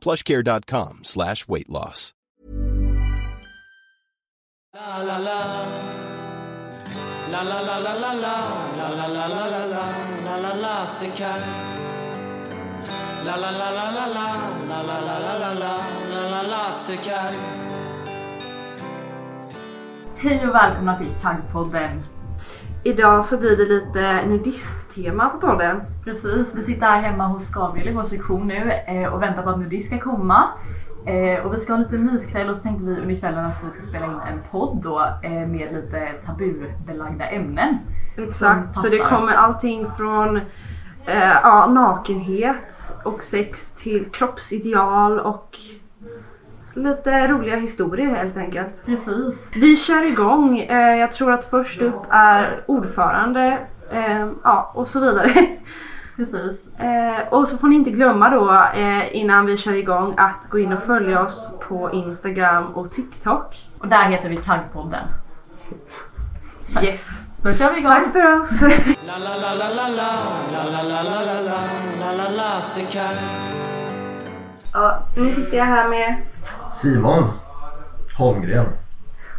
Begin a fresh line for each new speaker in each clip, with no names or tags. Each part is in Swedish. plushcare.com slash weight loss.
La la la la la la la la la la la la la la Lassika La la la la la la la la la la la la la la Lassika
Hej och välkomna till Kaggpodden. Idag så blir det lite eh, nudisttema på podden.
Precis, vi sitter här hemma hos Gabriel i vår sektion nu eh, och väntar på att Nudist ska komma. Eh, och vi ska ha en liten myskväll och så tänkte vi under kvällen att vi ska spela in en podd då eh, med lite tabubelagda ämnen.
Exakt,
Som
så det
passar.
kommer allting från eh, ja, nakenhet och sex till kroppsideal och lite roliga historier helt enkelt.
Precis.
Vi kör igång. Eh, jag tror att först upp är ordförande eh, ja, och så vidare.
Precis.
Eh, och så får ni inte glömma då eh, innan vi kör igång att gå in och följa oss på Instagram och TikTok.
Och där heter vi Taggpodden.
Yes.
Då kör vi igång!
Tack för oss.
La la la la la la la la la la la la la la Lassika
Ja, nu sitter jag här
Eh,
med
Simon Holmgren.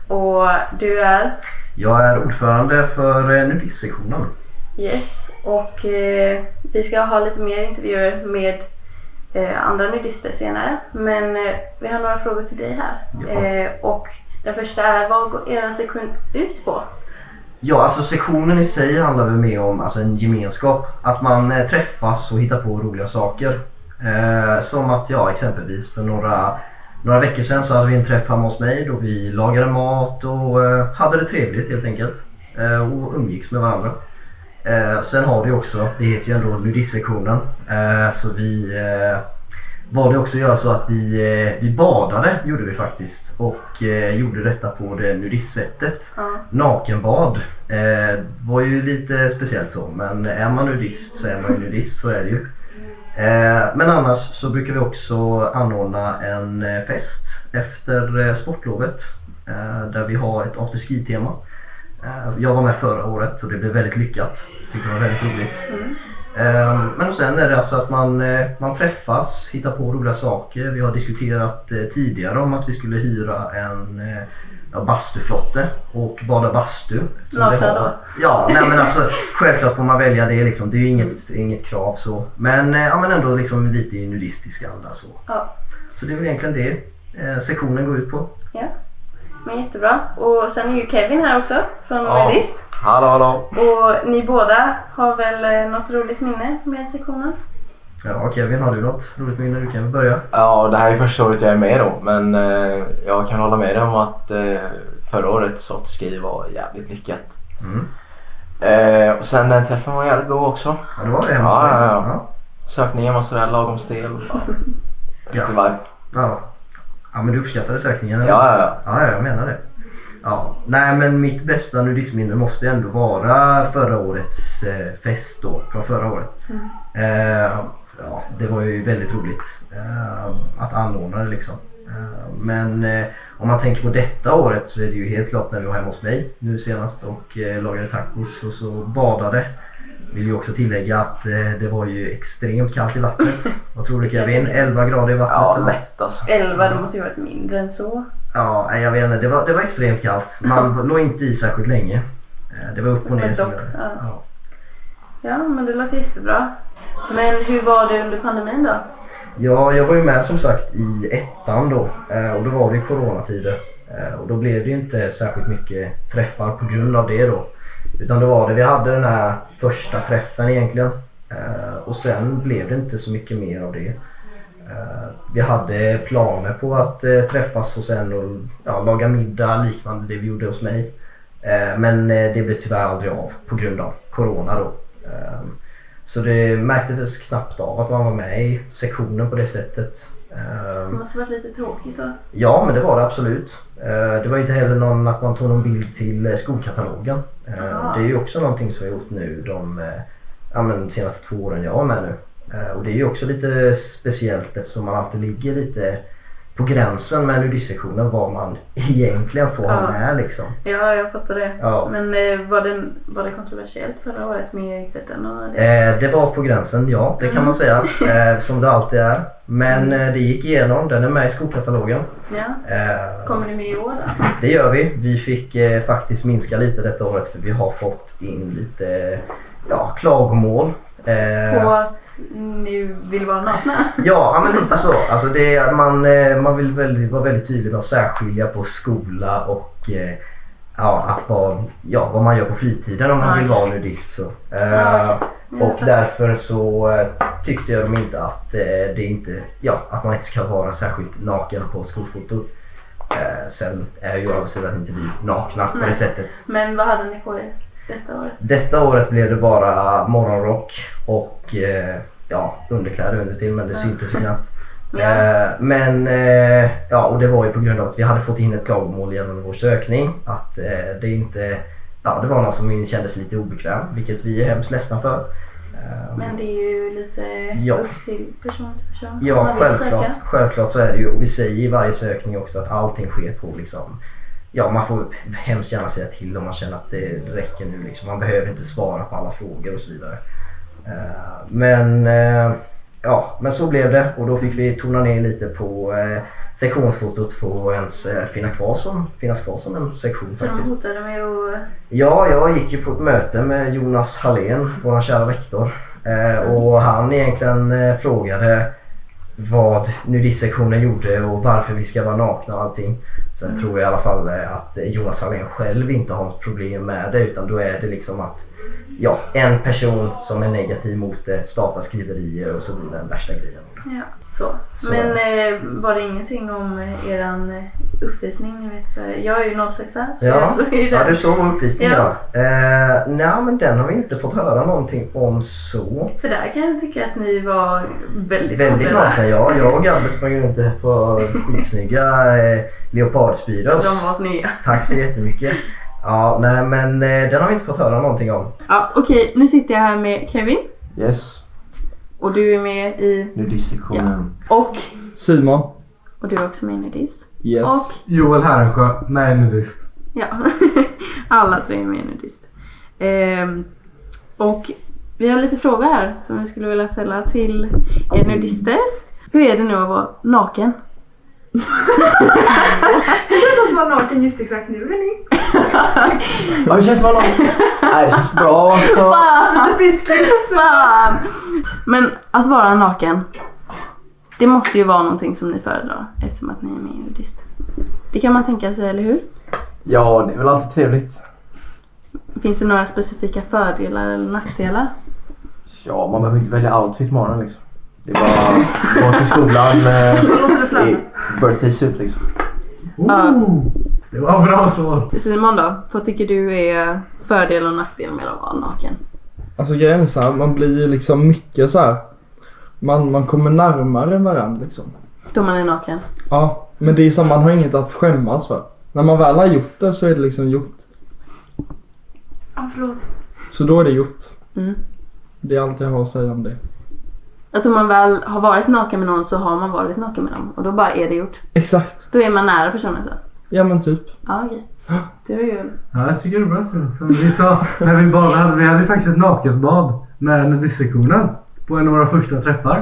och du är
Jag är ordförande för eh, nudistsektionen.
Yes, och eh, vi ska ha lite mer intervjuer med eh, andra nudister senare. Men eh, vi har några frågor till dig här.
Ja.
Eh, och den första är, vad går er sektion ut på?
Ja, alltså sektionen i sig handlar väl mer om alltså, en gemenskap. Att man eh, träffas och hittar på roliga saker. Eh, som att jag exempelvis för några, några veckor sedan så hade vi en träff hemma hos mig då vi lagade mat och eh, hade det trevligt helt enkelt. Eh, och umgicks med varandra. Eh, sen har vi också, det heter ju ändå nudistsektionen, eh, så vi eh, valde också att göra så att vi, eh, vi badade gjorde vi faktiskt och eh, gjorde detta på det nudistsättet.
Ja.
Nakenbad eh, var ju lite speciellt så men är man nudist så är man ju nudist, så är det ju. Eh, men annars så brukar vi också anordna en eh, fest efter eh, sportlovet eh, där vi har ett afterski-tema. Eh, Jag var med förra året och det blev väldigt lyckat. Tyckte det var väldigt roligt. Eh, Men sen är det alltså att man, eh, man träffas, hittar på roliga saker. Vi har diskuterat eh, tidigare om att vi skulle hyra en eh, ja, bastuflotte och bada bastu. Eftersom det
Nakna
har-
då?
Ja, nej men alltså självklart får man välja det liksom. Det är ju inget, inget krav så. Men, eh, ja, men ändå liksom lite i nudistisk anda så.
Ja,
Så det är väl egentligen det eh, sektionen går ut på.
ja. Men jättebra. Och sen är ju Kevin här också från
Ja.
Nordist.
Hallå hallå!
Och ni båda har väl eh, något roligt minne med sektionen?
Ja, Kevin har du något roligt minne? Du kan väl börja.
Ja, det här är första året jag är med då men eh, jag kan hålla med dig om att eh, förra årets afterski var jävligt lyckat.
Mm.
Eh, och sen den träffen var jävligt god också.
Ja, det var det hemma
Ja,
hos mig.
ja, ja. Sökningen var sådär lagom stel. och bara
Ja.
Lite vibe.
Ja. ja, men du uppskattade sökningen?
Ja,
eller?
ja, ja.
Ja, jag menar det. Ja, nej men mitt bästa nudistminne måste ändå vara förra årets eh, fest då, från förra året. Eh, ja, det var ju väldigt roligt eh, att anordna det liksom. Eh, men eh, om man tänker på detta året så är det ju helt klart när vi var hemma hos mig nu senast och eh, lagade tacos och så badade. Vill ju också tillägga att eh, det var ju extremt kallt i vattnet. Vad tror du Kevin? 11 grader i vattnet?
Ja,
eller?
lätt alltså.
11, det måste ju varit mindre än så.
Ja, nej, jag vet inte. Det var, det var extremt kallt. Man låg inte i särskilt länge. Eh, Det var upp och
Det var
ner. som
dock,
gällde.
ja.
Ja.
Ja, men det låter jättebra. Men hur var det under pandemin då?
Ja, jag var ju med som sagt i ettan då eh, och då var det ju coronatider. Eh, Och då blev det ju inte särskilt mycket träffar på grund av det då. Utan då var det, vi hade den här första träffen egentligen. Eh, Och sen blev det inte så mycket mer av det. Eh, Vi hade planer på att eh, träffas hos en och ja, laga middag liknande det vi gjorde hos mig. Eh, Men eh, det blev tyvärr aldrig av på grund av Corona då. Eh, Så det märktes knappt av att man var med i sektionen på det sättet. Eh,
Det måste varit lite tråkigt då.
Ja, men det var det absolut. Eh, Det var ju inte heller någon att man tog någon bild till eh, skolkatalogen. Eh,
Aha.
Det är ju också någonting som vi har gjort nu de eh, ja, men, de senaste två åren jag var med nu. Eh, Och det är ju också lite speciellt eftersom man alltid ligger lite på gränsen med nudistsektionen vad man egentligen får ha
Ja.
med liksom.
Ja, jag fattar det.
Ja.
Men eh, var, det, var det kontroversiellt förra året med klätten och det?
Eh, det var på gränsen, ja det
Mm.
kan man säga. Eh, som det alltid är. Men eh, det gick igenom, den är med i skolkatalogen.
Ja.
Eh,
Kommer ni med i år då?
Det gör vi. Vi fick eh, faktiskt minska lite detta året för vi har fått in lite ja, klagomål. Eh,
På att ni vill vara nakna?
Ja, ja, men lite så. Alltså det, är- man, eh, man vill väldigt, vara väldigt tydlig med att särskilja på skola och eh, ja, att vara, ja, vad man gör på fritiden om man
Ja,
vill
okej.
vara nudist. Så. Eh,
Ja, okej.
Och därför så eh, tyckte jag de inte att, eh, det inte, ja, att man inte ska vara särskilt naken på skolfotot. Eh, sen är ju å andra sidan inte vi nakna på det
Nej.
sättet.
Men vad hade ni på er detta året?
Detta året blev det bara morgonrock och eh, ja, underkläder under till men det syntes ju knappt.
Ja.
Eh, men eh, ja, och det var ju på grund av att vi hade fått in ett klagomål genom vår sökning att eh, det inte, ja det var någon som kändes lite obekväm vilket vi är hemskt ledsna för. Eh,
Men det är ju lite
Ja.
upp till person till person. Om
Ja,
man vill
självklart,
söka.
självklart så är det ju. Och vi säger i varje sökning också att allting sker på liksom Ja, man får hemskt gärna säga till om man känner att det räcker nu. Liksom. Man behöver inte svara på alla frågor och så vidare. Eh, men, eh, ja, men så blev det och då fick vi tona ner lite på eh, sektionsfotot för att ens eh, finna kvar som, finnas kvar som en sektion
Så de
faktiskt.
hotade med att...
Ja, jag gick ju på ett möte med Jonas Hallén, vår kära rektor. Eh, och han egentligen eh, frågade vad nudistsektionen gjorde och varför vi ska vara nakna och allting. Sen tror jag i alla fall eh, att eh, Jonas Hallén själv inte har något problem med det utan då är det liksom att ja, en person som är negativ mot det startar skriverier och så blir det den värsta grejen.
Ja, så.
Så.
Men eh, var det ingenting om eh, eran eh, uppvisning? Ni vet, för jag är ju 06 så jag
Ja,
såg ju
ja
den.
du såg vår uppvisning
Ja.
ja. Eh, nej men den har vi inte fått höra någonting om så.
För där kan jag tycka att ni var väldigt
Väldigt
populära.
nakna. Jag, jag och Gabbe sprang runt på skitsnygga eh, leopardspyros.
De var snygga.
Tack så jättemycket. Ja, nej men eh, den har vi inte fått höra någonting om.
Ja, Okej, nu sitter jag här med Kevin
Yes,
och du är med i...
nudistsektionen.
Och,
Simon.
och du är också med i Nudist.
Yes.
Och
Joel Härensjö. Nej, nu visst.
Ja, alla tre är med i nudist. Ehm, och vi har lite frågor här som vi skulle vilja ställa till er nudister. Hur är det nu att vara naken?
Att vara naken just exakt nu hörni.
Ja, det känns som att någon... Nej, det känns bra. Så...
Lite friskligt.
Fan! Men att vara naken, det måste ju vara någonting som ni föredrar eftersom att ni är med i nudist. Det kan man tänka sig, eller hur?
Ja, det är väl alltid trevligt.
Finns det några specifika fördelar eller nackdelar?
Ja, man behöver inte välja outfit imorgon liksom. Det är bara gå till skolan eh, i birthday suit liksom.
Oh!
Ooh, det var bra svar.
Simon då, vad tycker du är fördel och nackdel med att vara naken?
Alltså grejen är så här, man blir ju liksom mycket så här. Man, man kommer närmare varandra liksom.
Då man är naken?
Ja, men det är så här, man har inget att skämmas för. När man väl har gjort det så är det liksom gjort.
Ja, förlåt.
Så då är det gjort.
Mm.
Det är allt jag har att säga om det.
Att om man väl har varit naken med någon så har man varit naken med dem och då bara är det gjort.
Exakt.
Då är man nära personen så.
Ja men typ.
Ja okej. Du är ju...
Ja, jag tycker det är bra Simon. Som vi sa, när vi badade, vi hade ju faktiskt ett nakenbad med nudistsektionen på en av våra första träffar.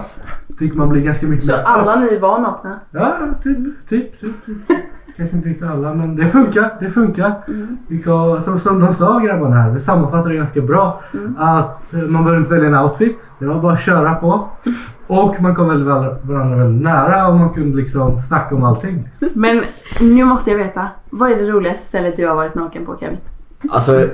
Tycker man blir ganska mycket
Så
bättre.
alla ni var nakna?
Ja, typ, typ, typ. typ. Kanske inte riktigt alla men det funkar. Det funkar. Vilka, som, som de sa grabbarna här, vi sammanfattade det ganska bra. Att eh, man behöver inte välja en outfit. Det var bara att köra på. Och man kom väldigt väl, varandra väldigt nära och man kunde liksom snacka om allting.
Men nu måste jag veta. Vad är det roligaste stället du har varit naken på Kevin?
Alltså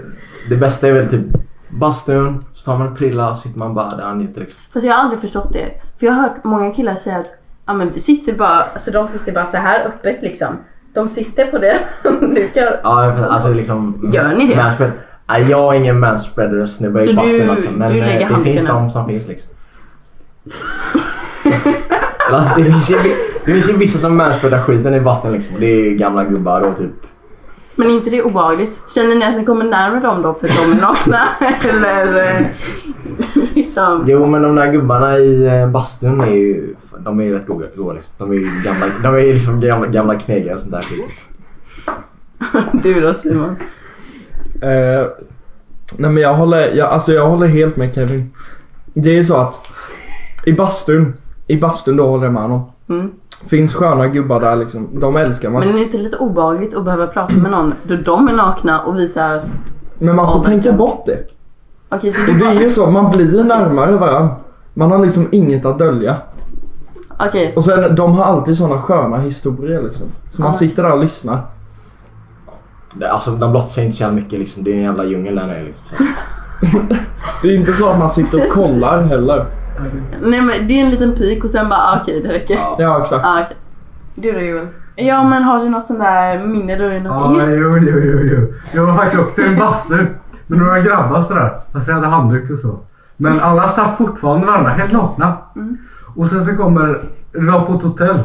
det bästa är väl typ bastun, så tar man en prilla och sitter man bara där och njuter. liksom.
Fast jag har aldrig förstått det. För jag har hört många killar säga att ja, men vi sitter bara, alltså, de sitter bara så här öppet liksom. De sitter på det dukar.
Ja, jag fattar. alltså liksom...
Gör ni det?
Manspread. Nej, jag är ingen manspreader-snubbe
Så
i bastun
du-
alltså. Men
du
eh,
lägger
det finns
hanken
de som finns liksom. alltså, det, finns ju, det finns ju vissa som manspreadar skiten i bastun liksom. Det är ju gamla gubbar och typ...
Men är inte det obehagligt? Känner ni att ni kommer närmare dem då för att de är nakna? Eller eh, liksom...
Jo men de där gubbarna i eh, bastun är ju... De är ju rätt goa goa, liksom. De är ju gamla, de är ju liksom gamla, gamla knegare och sånt där skit. liksom.
Du då Simon?
Eh, nej men jag håller, jag, alltså jag håller helt med Kevin. Det är ju så att i bastun, i bastun då håller jag med honom.
Mm.
Finns sköna gubbar där liksom. De älskar man.
Men är
Men,
det inte lite obehagligt att behöva prata med någon då de är nakna och visar...
man får
Oh my
tänka
God.
bort det.
Okej, så
Och
du
det
bara...
är ju så, man blir närmare varandra. Man har liksom inget att dölja.
Okej.
Och sen de har alltid såna sköna historier liksom. Så man
Ja.
sitter där och lyssnar.
Det- Alltså de blottar sig inte så jävla mycket liksom. Det är en jävla djungel där nere liksom. Så.
Det är inte så att man sitter och kollar heller.
Nej men det är en liten pik och sen bara ah, okej det räcker. Ja.
Ja exakt.
Ah, okej. Du då Joel? Ja men har du något sånt där minne då?
Ja,
Just
jo, jo, jo, jo. Jag var faktiskt också i en bastu med några grabbar sådär. Fast vi hade handduk och så. Men alla satt fortfarande varandra helt nakna. Och sen så kommer, vi var på ett hotell.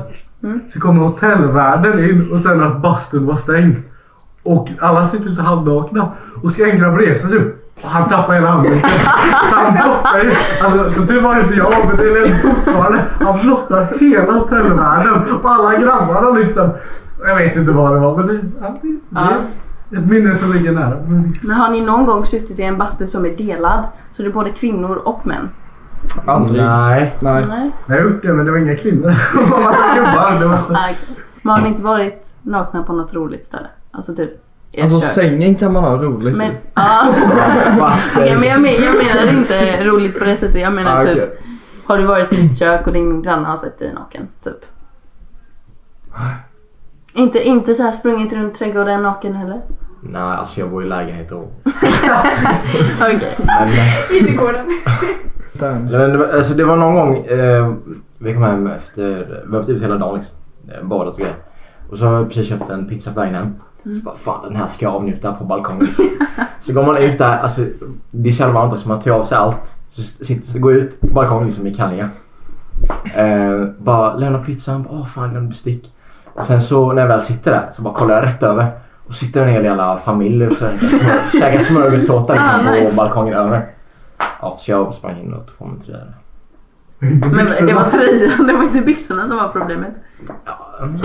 Så kommer hotellvärden in och sen att bastun var stängd. Och alla sitter lite halvnakna. Och ska en grabb resa sig upp. Och Han tappar hela handduken. Så Han blottar ju. Alltså, så det var inte jag men det lät fortfarande. Han blottar hela hotellvärlden. Och alla grabbarna liksom. Jag vet inte vad det var men det, ja, det, det är ett minne som ligger nära. Men,
Men har ni någon gång suttit i en bastu som är delad? Så det är både kvinnor och män?
Aldrig.
Nej.
Nej.
Nej.
jag har gjort det men det var inga kvinnor. Det var bara gubbar. Det var så.
Ah, okej. Men har ni inte varit nakna på något roligt ställe? Alltså typ ert
Alltså
kök?
sängen kan man ha roligt
Men,
i.
ah,
Bastun.
ja, men jag, men, jag menar inte roligt på det sättet. Jag menar
Ah,
typ
okej.
Har du varit i ditt kök och din granne har sett dig naken? Typ.
Ah.
Inte, inte så här sprungit runt trädgården naken heller?
Nej alltså jag bor i lägenhet och...
Okej.
Men, eh,
Där.
Nej, men det, var- alltså, det var någon gång eh, vi kom hem efter, vi har varit ute hela dagen liksom. Eh, Badat och grejer. Och så har jag precis köpt en pizza på vägen hem. Så bara fan den här ska jag avnjuta på balkongen. så går man ut där, alltså det är så jävla varmt också, man tar av sig allt. Så sitter, så går jag ut på balkongen liksom i kallingar. Eh, bara lämnar pizzan, bara, åh fan jag glömde bestick. Och sen så när jag väl sitter där så bara kollar jag rätt över. Och sitter en hel jävla familj och så smör- käkar smörgåstårta liksom,
Ah, nice.
på balkongen över. Ja, så jag sprang in och tog på mig tröjor.
Men det var tröjan, det var inte byxorna som var problemet.
Ja, mm.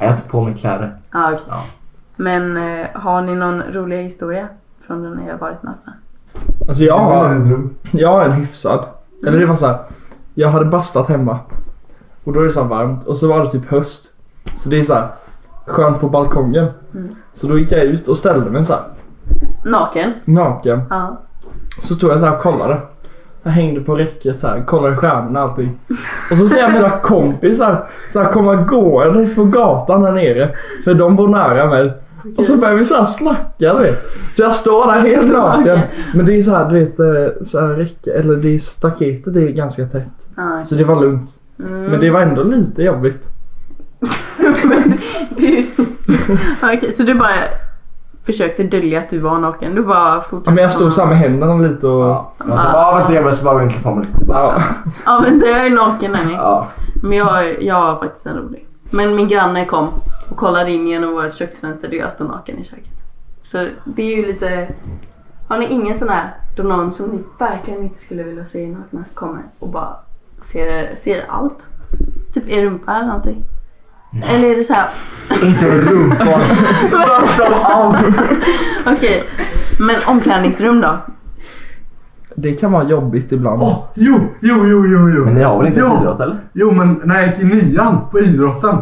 jag tog på mig kläder.
Ah, okej.
Ja.
Men eh, har ni någon rolig historia från när ni har varit nakna?
Alltså jag har, jag har en hyfsad. Eller det var så här. Jag hade bastat hemma. Och då är det så här varmt och så var det typ höst. Så det är så här skönt på balkongen. Så då gick jag ut och ställde mig så här
Mm. Naken?
naken.
Ja.
Så tog jag så här och kollade. Jag hängde på räcket så här, kollade stjärnorna och allting. Och så ser jag mina kompisar så här komma gåendes på gatan här nere. För de bor nära mig. Och så börjar vi så här snacka du vet. Så jag står där helt naken. Men det är så här du vet, eh, så här räcke, eller det är staketet det är ganska tätt.
Ah, okej. Mm.
Så det var lugnt. Men det var ändå lite jobbigt.
Men du... Okej, så du bara försökte dölja att du var naken? Du bara fortsatte
Ja, Men jag stod så här med händerna lite och...
Ja. Jag sa bara, vänta jag måste bara gå in och klä på mig lite.
Ja.
Ja men det är naken är ni.
Ja.
Men jag, jag har faktiskt en rolig. Men min granne kom och kollade in genom vårt köksfönster där jag står naken i köket. Så det är ju lite... Har ni ingen sån här då någon som ni verkligen inte skulle vilja se nakna kommer och bara ser, ser allt? Typ er rumpa eller någonting? Eller är det så här...
Inte rumpan.
Okej, men omklädningsrum då?
Det kan vara jobbigt ibland.
Åh, jo, jo, jo, jo, jo.
Men ni har väl inte ens
Ja.
idrott eller?
Jo men när jag gick i nian på idrotten.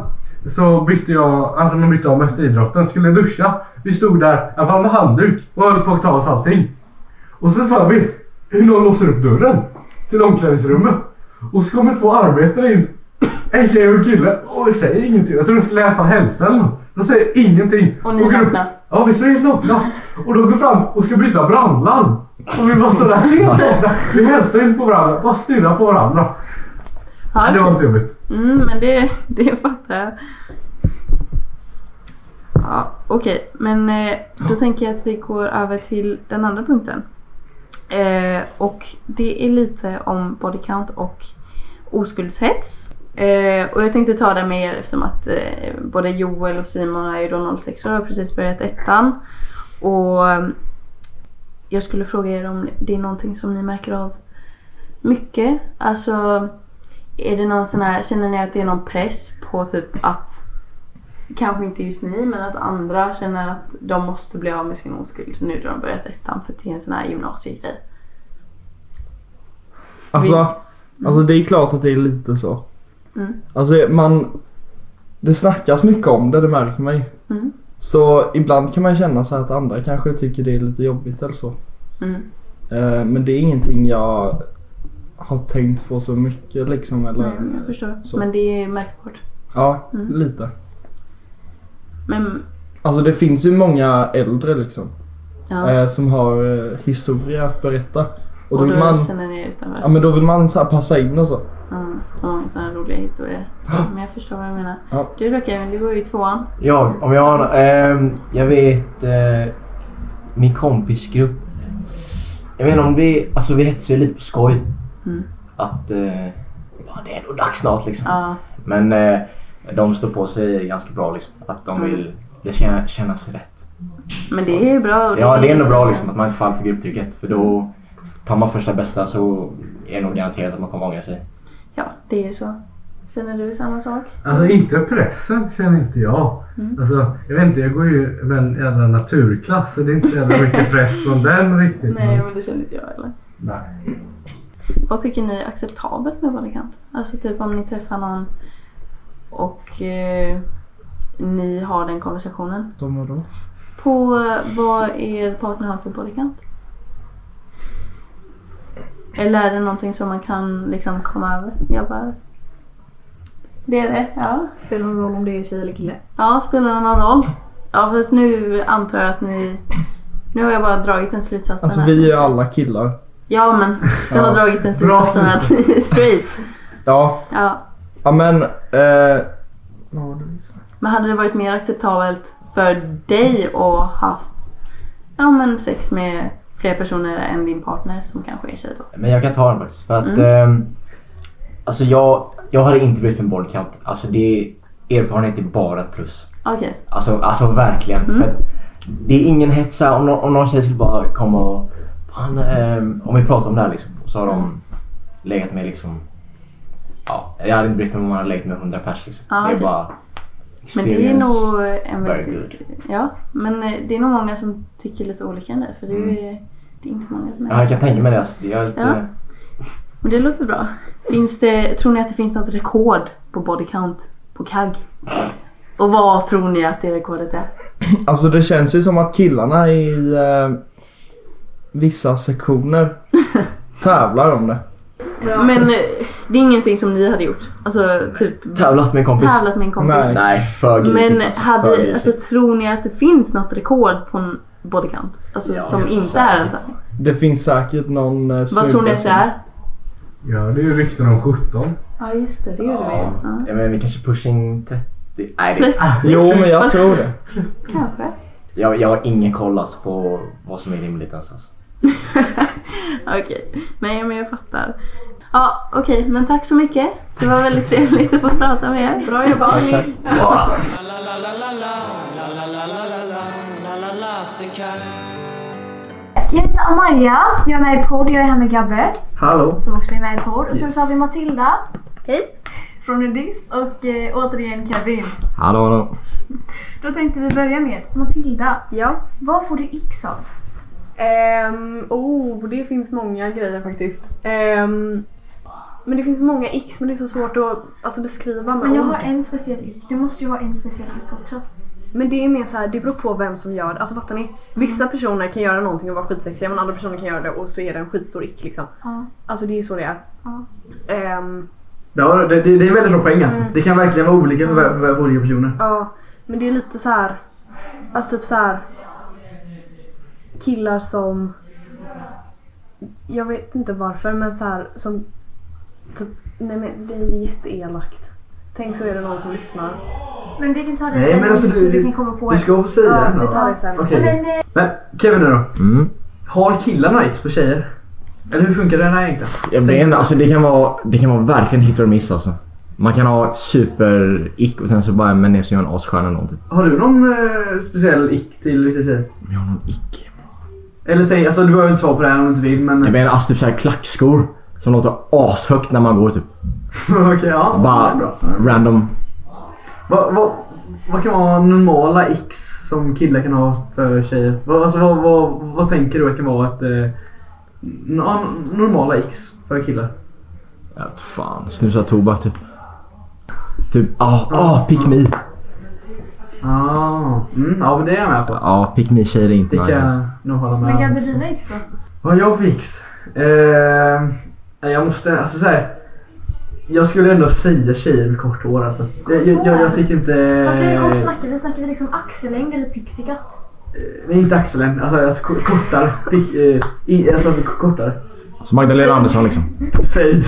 så bytte jag, alltså man bytte om efter idrotten, skulle duscha. Vi stod där, jag var med handduk och höll på att ta oss allting. Och så sa vi hur någon låser upp dörren till omklädningsrummet. Och så kommer två arbetare in. En tjej och en kille och säger ingenting. Jag tror de skulle i alla fall hälsa eller något. De säger ingenting.
Och ni
går upp-
nakna?
Ja, vi står helt nakna. Och de går fram och ska byta brandlarm. Och vi bara står där helt nakna. Vi hälsar inte på varandra, bara stirrar på varandra.
Ja,
Det var inte jobbigt.
Mm, men det, det fattar jag. Ja, Okej, men eh, då tänker jag att vi går över till den andra punkten. Eh, och det är lite om body count och oskuldshets. Eh, och jag tänkte ta det med er eftersom att eh, både Joel och Simon är ju då 06 år och har precis börjat ettan. Och eh, jag skulle fråga er om det är någonting som ni märker av mycket. Alltså är det någon sån här, känner ni att det är någon press på typ att kanske inte just ni men att andra känner att de måste bli av med sin oskuld nu när de börjat ettan för att det är en sån här gymnasiegrej.
Alltså, alltså det är klart att det är lite så.
Mm.
Alltså man... Det snackas mycket om det, det märker man ju.
Mm.
Så ibland kan man känna så här att andra kanske tycker det är lite jobbigt eller så.
Mm.
Eh, Men det är ingenting jag har tänkt på så mycket liksom. Eller...
Nej, men jag förstår.
Så.
Men det är märkbart.
Ja,
Mm.
lite.
Men
Alltså det finns ju många äldre liksom.
ja,
eh, Som har eh, historia att berätta. Och
och då
då vill man,
känner ni er utanför.
ja, men då vill man så här passa in och så.
Mm, så många sådana roliga historier. Men jag förstår vad du menar.
Ja.
Du då Kevin, du går ju i tvåan.
Jag? Om jag har... ehm, jag vet... Eh, min kompisgrupp. Jag vet inte om vi... Alltså vi hetsar ju lite på skoj.
Mm.
Att... Eh, ja, det är nog dags snart liksom.
Ja,
Men eh, de står på sig ganska bra liksom. Att de vill... Det ska kännas rätt.
men det är ju bra. och
Ja, det är ändå
så-
bra liksom att man inte faller för grupptrycket. För då tar man första bästa så är det nog garanterat att man kommer ångra sig.
Ja, det är ju så. Känner du samma sak?
Alltså inte pressen känner inte jag. Alltså, jag vet inte, jag går ju med en jävla naturklass så det är inte så jävla mycket press från den riktigt.
Nej,
Mm.
men-
men det känner inte jag heller.
Nej.
Vad tycker ni är acceptabelt med bodycount? Alltså typ om ni träffar någon och eh, ni har den konversationen.
De och de.
På eh, vad er partner har för bodycount? Eller är det någonting som man kan liksom komma över? Jag bara... Det är det, ja.
Spelar någon roll om det är tjej eller kille?
Ja, spelar det någon roll? Ja, fast nu antar jag att ni... Nu har jag bara dragit den slutsatsen
Alltså
här.
vi är ju alla killar.
Ja, men jag har
Ja.
dragit den slutsatsen att ni är straight.
Ja,
Ja,
ja men. Eh... Vad var det vi sa?
Men hade det varit mer acceptabelt för dig att haft ja, men sex med fler personer än din partner som kanske är tjej då?
Men jag kan ta den faktiskt. För att,
Mm.
ehm, alltså jag, jag hade inte brytt mig om bodycount. Alltså det, erfarenhet är bara ett plus.
Okej.
Alltså, alltså verkligen.
Mm.
För att det är ingen hetsa om, nå- om någon tjej skulle bara komma och... Fan, ehm, om vi pratar om det här liksom. Så har
Mm.
de legat med liksom... Ja, jag hade inte brytt mig om man hade legat med 100 pers liksom.
Ja,
det är
okej.
bara...
Men det är
experience.
nog en
very
väldigt... Ja, men eh, det är nog många som tycker lite olika än dig för det är, det är inte många som
Mm. Ja,
är
jag kan tänka mig det. Alltså. Jag är lite...
Ja. Men det låter bra. Finns det, tror ni att det finns något rekord på body count på KAG? Och vad tror ni att det rekordet är?
Alltså det känns ju som att killarna i eh, vissa sektioner tävlar om det.
Men eh, det är ingenting som ni hade gjort? Alltså typ
Tävlat med en kompis.
tävlat med en kompis?
Nej.
Nej, för grisigt
Men
alltså. för
hade,
grisigt.
alltså, tror ni att det finns något rekord på en bodycount? Alltså som inte är en tävling?
Det finns säkert någon eh,
Alltså,
Vad tror ni
snubbe
att det
som-
är?
Ja, det är ju rykten om 17.
Ja just det, det gjorde
Ja, ja, men vi kanske pushing 30. Nej, det,
Träff-
Jo men jag tror det.
Kanske.
jag, jag har ingen koll alltså, på vad som är rimligt ens. Alltså.
okej, nej men jag fattar. Ja okej, men tack så mycket. Det var väldigt trevligt att få prata med er. Bra jobbat.
Jag heter Amaja, jag är med i podd, jag är här med Gabbe
Hallå!
som också är med i podd. Och sen
Yes.
så har vi Matilda
Hej.
från Nudist och eh, återigen Kevin.
Hallå, hallå.
Då tänkte vi börja med Matilda.
Ja.
Vad får du x av?
Ehm, oh, det finns många grejer faktiskt. Ehm,
men det finns många x men det är så svårt att alltså, beskriva med
Men jag
ord.
har en speciell ick. Det måste ju vara en speciell ick också.
Men det är mer så här, det beror på vem som gör det. Alltså fattar ni? Vissa
Mm.
personer kan göra någonting och vara skitsexiga men andra personer kan göra det och så är det en skitstor ick liksom.
Ja.
Alltså det är ju så det är.
Ja.
Ehm,
Ja, det, det, det är väldigt bra poäng alltså.
Mm.
Det kan verkligen vara olika för, för, för olika personer.
ja. Men det är lite så här. Alltså typ så här. Killar som... Jag vet inte varför men så här som... Typ, nej men det är jätteelakt. Tänk så är det någon som lyssnar.
Men vi kan ta det
Nej,
sen
men alltså,
så
du-
vi
du-
kan komma på
Du ska få säga
Ja,
den
vi
då.
tar det sen.
Okej.
Men eh,
Men Kevin nu då?
Mm.
Har killarna X på tjejer? Eller hur funkar den här egentligen?
Ja, det, är, en- alltså, det, kan vara, det kan vara verkligen hit och miss alltså. Man kan ha super-ick och sen så bara men nej så gör jag en asstjärna eller någonting.
Har du någon eh, speciell ick till vissa tjejer?
Men jag har någon ick.
Eller tänk, alltså du behöver inte svara på det här om du inte vill men...
Jag menar alltså typ såhär klackskor. Som låter ashögt när man går typ.
Okej, ja. det är
Bara
bra.
random.
Vad vad- vad kan vara normala x som killar kan ha för tjejer? Vad, alltså, vad, vad, vad tänker du att kan vara ett... Eh, no- normala x för killar?
Jag vet fan. Snusa tobak typ. Typ ah, ah, pick me.
Ah, mm, ja men det är jag med på.
Ja, pick me tjejer är inte
Det kan
nice. alltså.
jag nog hålla med
Men
om.
Gabriella gick så.
Vad jag fix? Eh, jag måste, alltså så här. Jag skulle ändå säga tjejer med kort hår alltså. Jag, jag, jag, jag tycker
Eh.
inte...
alltså hur kort snackar vi? Snackar vi liksom axellängd eller pixiegatt?
Nej, inte axeln. Alltså, alltså ko- kortare. Pick, eh, i, alltså kortare.
Så Magdalena Andersson liksom.
Fade.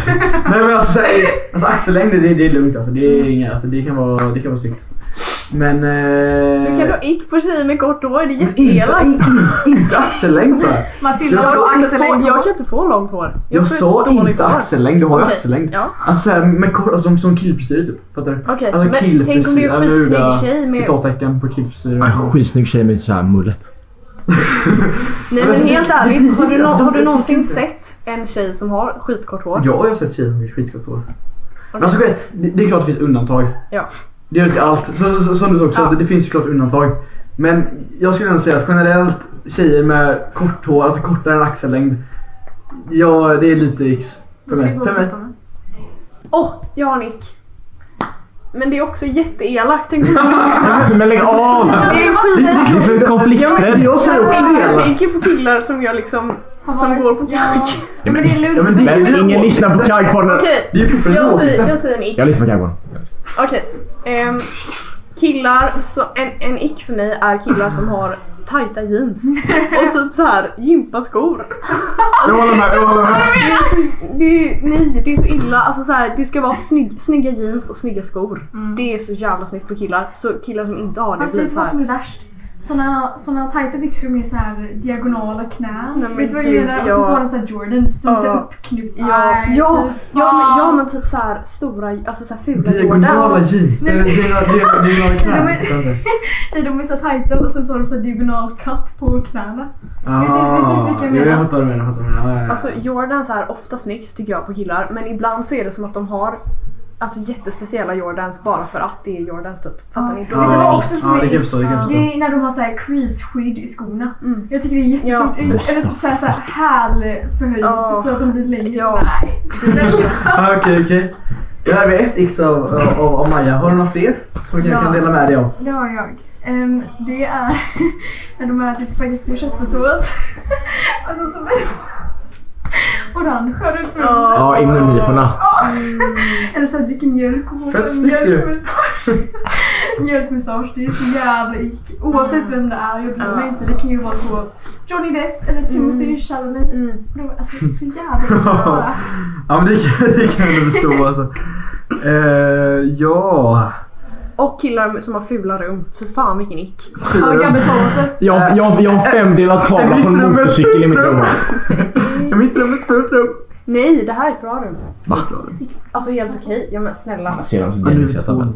Nej men alltså, så här, alltså axellängd det, det är lugnt alltså. Det, är inga, alltså, det kan vara, det kan vara snyggt. Men... Eh,
Du kan ha ick på tjejer med kort hår, det är
men inte,
jätteelakt.
inte, inte axellängd så här.
Matilda
Jag
har
Jag, kan inte få-
axellängd.
jag kan inte få långt hår.
Jag,
får
sa
dåligt
inte
hår.
axellängd, du har ju
Okej,
axellängd.
ja.
Alltså såhär med kort, alltså som, som killfrisyr typ. Fattar du?
Okej,
alltså
men tänk om det är
killfrisyr-
en
nu
skitsnygg
där
tjej med...
Citattecken på killfrisyr.
En skitsnygg tjej med såhär mullet.
Nej men
Alltså,
helt
det-
ärligt,
det-
har du, nå-
alltså, de-
har du
jag
någonsin
tycker
sett en tjej som har skitkort hår?
Ja, jag har sett tjejer med skitgott hår. Men alltså okej, det, det är klart det finns undantag.
Ja.
Det är ju inte allt. Så, så, så, som du sa också,
Ja.
det, det finns ju klart undantag. Men jag skulle ändå säga att generellt tjejer med kort hår, alltså kortare än axellängd. Ja, det är lite x. För mig. För mig.
Åh, jag har nick. Men det är också jätteelakt. Tänk om det
Men lägg av!
är en
Det
skit...
är för konflikter.
Jag säger också
Jag
det.
tänker på killar som jag liksom... Som
varit-
går på
Ja.
kuk.
Ja, men det är lugnt.
Ja, men det är
Men
ju-
ingen lyssnar på Kagpodden.
Okej,
Det är ju fortfarande
jag, säger,
åsikten.
jag säger en ick.
Jag lyssnar på Kagpodden.
Okej. ehm, killar, så en, en ick för mig är killar som har tajta jeans. Och typ så här gympaskor.
Jag håller med, jag håller med.
Det är så, det är, nej, det är så illa. Alltså så här, det ska vara snygg, snygga jeans och snygga skor. Det är så jävla snyggt för killar. Så killar som inte har det
Mm. Fast vet
blir
du
så
vad som
här.
är värst? Såna, såna tajta byxor med så här eh, diagonala knän.
Nej, men
vet du vad jag
gud,
menar? Och så,
ja.
så har de så här Jordans som
Ja.
är så här uppknutna.
Ja, typ
Nej,
ja,
fy
ja, men, ja
fan.
men typ så här stora, alltså så här fula
Diagonala
Jordans.
jeans. Det är diagonala knän.
Nej, de är så här tajta och sen så har de så här diagonal katt på knäna.
Ah,
Vet du- vet du vilka jag
jo,
menar?
Jag fattar vad du menar. jag fattar vad du menar. Ja, ja, ja.
Alltså Jordans är ofta snyggt tycker jag på killar men ibland så är det som att de har Alltså jättespeciella Jordans bara för att det är Jordans typ. Fattar ni? Då
Vet du
är
vad
det
också som
ja, det
är
kan jag förstå. Det kan jag förstå.
Det är när de har så här crease-skydd i skorna.
Mm.
Jag tycker det är jättesnyggt. Eller typ så här, så här hälförhöjd
Ja.
så att de blir längre.
Ja.
Nej, snälla.
Ah, Okej, okej. Jag har ett x av, av, av Maja. Har du några fler som jag kan
Ja.
dela med dig av?
Det har jag. Ehm, det är när de har ätit spagetti och köttfärssås. Alltså, och så så blir de orangea runt munnen.
Ja, immuniforna.
Ja. Eller så här, dricker mjölk och
Fett
får så
snyggt ju.
mjölkmustasch. mjölkmustasch, det är så jävla ick. Oavsett vem det är, jag bryr mig inte. Det kan ju vara så Johnny Depp eller Timothy Chalamet.
Mm.
Och de är Alltså så jävla illa bara.
Ja, men det kan, det kan jag ändå förstå alltså. Eh, ja.
Och killar som har fula rum. För fan vilken ick.
Ja, gammal tomte.
Äh,
Jag, jag, jag har en femdelad tavla på en motorcykel i mitt rum.
Jag mitt rum är ett stort rum.
Nej det här är ett bra rum.
Va?
Alltså helt okej. Ja men snälla.
Ser de så
Ja, nu är
delvis
vi
setup?
två.
eller?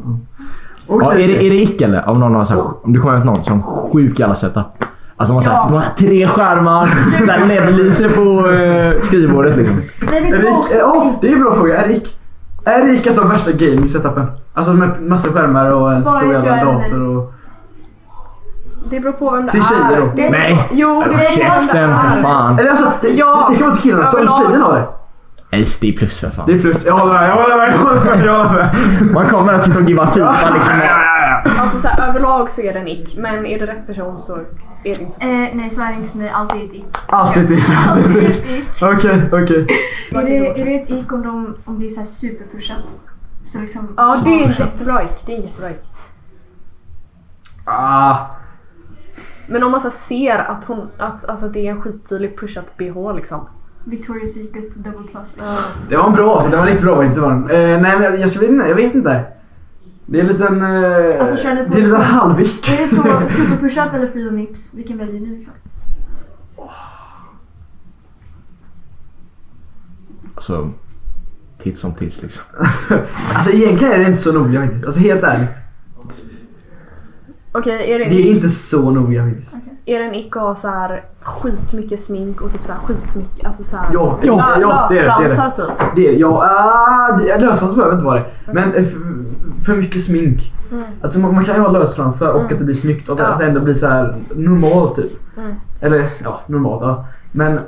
Ja,
Okej.
är, det, är det ick eller? Om, någon har så
Oh.
här, om du kommer hem till någon som har sjuk jävla setup. Alltså de har, så här,
Ja.
de har tre skärmar, så här LED-lyser på eh, skrivbordet liksom.
Nej vet
Är
du
det,
vad också
ick- eh,
som är
åh, det är en bra fråga. Är det ick? Är det ick att ha värsta gaming-setupen? Alltså med massa skärmar och en
Bara
stor
ett
jävla
rör, nej.
dator och...
Det beror på vem det
Till tjejer
är.
då?
Det-
Nej!
Jo det beror på vem det
Käften för
är.
fan!
Eller alltså, det,
Ja,
det kan vara till killarna också. Om
överlag.
tjejen har det.
Ens det är plus för fan.
Det är plus. Jag håller med, jag håller med, jag håller med. Jag håller med.
Man kommer alltså från Giva Fifa liksom.
Alltså så här, överlag så är det nick, men är det rätt person så är det inte så.
Eh, nej så är det inte för mig, allt är ett ick.
Alltid det.
Alltid ett Alltså, ick.
Okej, okej.
Är det, är det ett ick om, de, om det är så här superpushat? Så liksom,
Ja,
så
det är en
pushat.
jättebra ick. Det är en jättebra ick.
Ah.
Men om man så här ser att, hon, att, alltså, att det är en skittydlig push-up bh liksom.
Victoria's Secret double plus.
Det var en bra, det var en riktigt bra Instagram. Eh, nej men jag, jag, vet inte, jag vet inte. Det är en liten... Eh,
Alltså kör ni på
det är en liten halvick.
Är det så superpushat eller free nips? Vilken väljer ni liksom?
Alltså, titt som tids liksom.
alltså egentligen är det inte så noga faktiskt. Alltså helt ärligt.
Okej, är, det en
Det är
ick-
inte så noga faktiskt.
är det en ick att ha så här skitmycket smink och typ så här skitmycket, alltså så här,
Ja, ja,
lö-
ja, det är det, det är det.
lösfransar typ?
Det är, ja, ah, det- lösfransar behöver inte vara det. Men eh, för, för mycket smink.
Mm.
Alltså man, man kan ju ha lösfransar och
Mm.
att det blir snyggt och att,
Ja.
att det ändå blir så här normalt typ.
Mm.
Eller ja, normalt ja. Men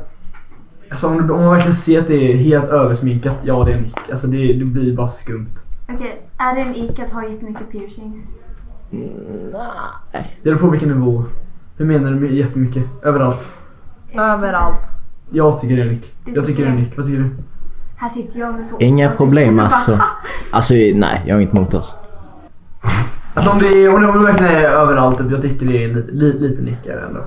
alltså, om, du- om man verkligen ser att det är helt översminkat, ja det är en nick. Alltså det, det blir bara skumt.
Okej, är det en ick att ha jättemycket piercings?
Mm. Det beror på vilken nivå. Hur menar du med jättemycket? Överallt.
Överallt.
Jag tycker det är en nick. Jag tycker det är en nick. Vad tycker du?
Här sitter jag med så...
Inga problem alltså.
Ah,
Alltså nej, jag har inget emot oss.
Alltså om det, är- om det, om det verkligen är överallt, typ, jag tycker det är li, li, lite nickare ändå.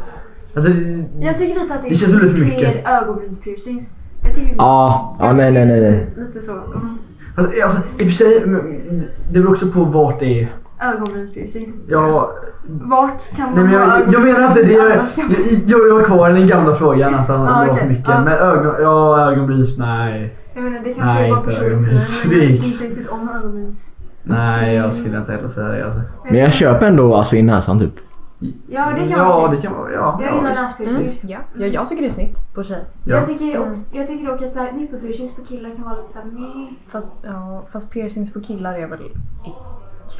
Alltså, det-
Jag tycker lite att det är
Det känns som lite för mycket.
fler ögonbrynspiercings. Jag tycker
Ja, ja nej nej nej. nej.
lite så. Mm.
alltså, alltså, i och för sig, men det beror också på vart det är.
Ögonbrynspiercings.
Ja,
Vart kan man
nej, men
ha
jag, jag menar inte det. Jag,
Annars kan man-
jag, jag är kvar i den gamla frågan alltså, om
Ja,
det var
okej.
för mycket.
Ja.
Men ögon, ja, ögonbrys, nej.
Jag menar det
Nej,
kanske var
inte
personligt
ögonbryns.
för mig, men jag
Det är-
tycker inte riktigt om ögonbryns.
Nej, jag skulle inte heller säga det. Alltså.
Men jag köper ändå alltså i näsan typ.
Ja det kan
Ja,
vara
det
snyggt.
kan vara. Ja,
Jag
ja,
gillar
visst.
näspiercings.
Ja. ja, jag tycker det är snyggt på sig.
Ja.
Jag, tycker, jag tycker dock att så här nippelpiercings på killar kan vara lite såhär nej.
Fast, ja, fast piercings på killar är väl...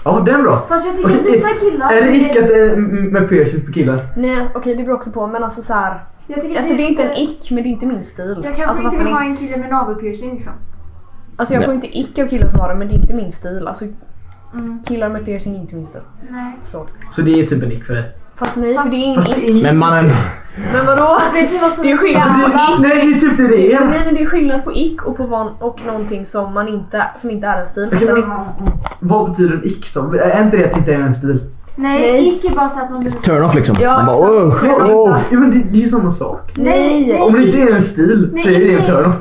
Ja, den är bra.
Fast jag tycker
Okej,
att vissa killar...
Är det icke att det är m- med piercings på killar?
Nej, okej det beror också på men alltså så här.
Jag tycker
Alltså det är inte en ick men det är inte min stil.
Jag kanske
alltså,
inte
fattar
vill
ni?
ha en kille med navelpiercing liksom.
Alltså jag får inte ick av killar som har det men det är inte min stil. Alltså
Mm.
killar med piercing är inte min stil.
Nej.
Så. liksom.
Så det är typ en nick för det?
Fast nej, för det är
Fast det
ingen
är
ick.
ju
Men mannen.
Men vadå?
Fast vet ni vad som
Det är skillnad
Alltså,
på
det,
ick.
nej, det är typ det det är.
Nej men det är skillnad på ick och på van och någonting som man inte, som inte är en stil.
Okej,
Fattar ni?
men Vad betyder en ick då? Är inte det att det inte är en stil?
Nej,
Nej.
ick är bara så att man blir...
Turn off liksom.
Ja,
Man bara
exakt.
"Åh,
Turn off,
åh."
Ja, men det, det är ju samma sak.
Nej, nej.
Om det inte är en stil så är det en turn-off.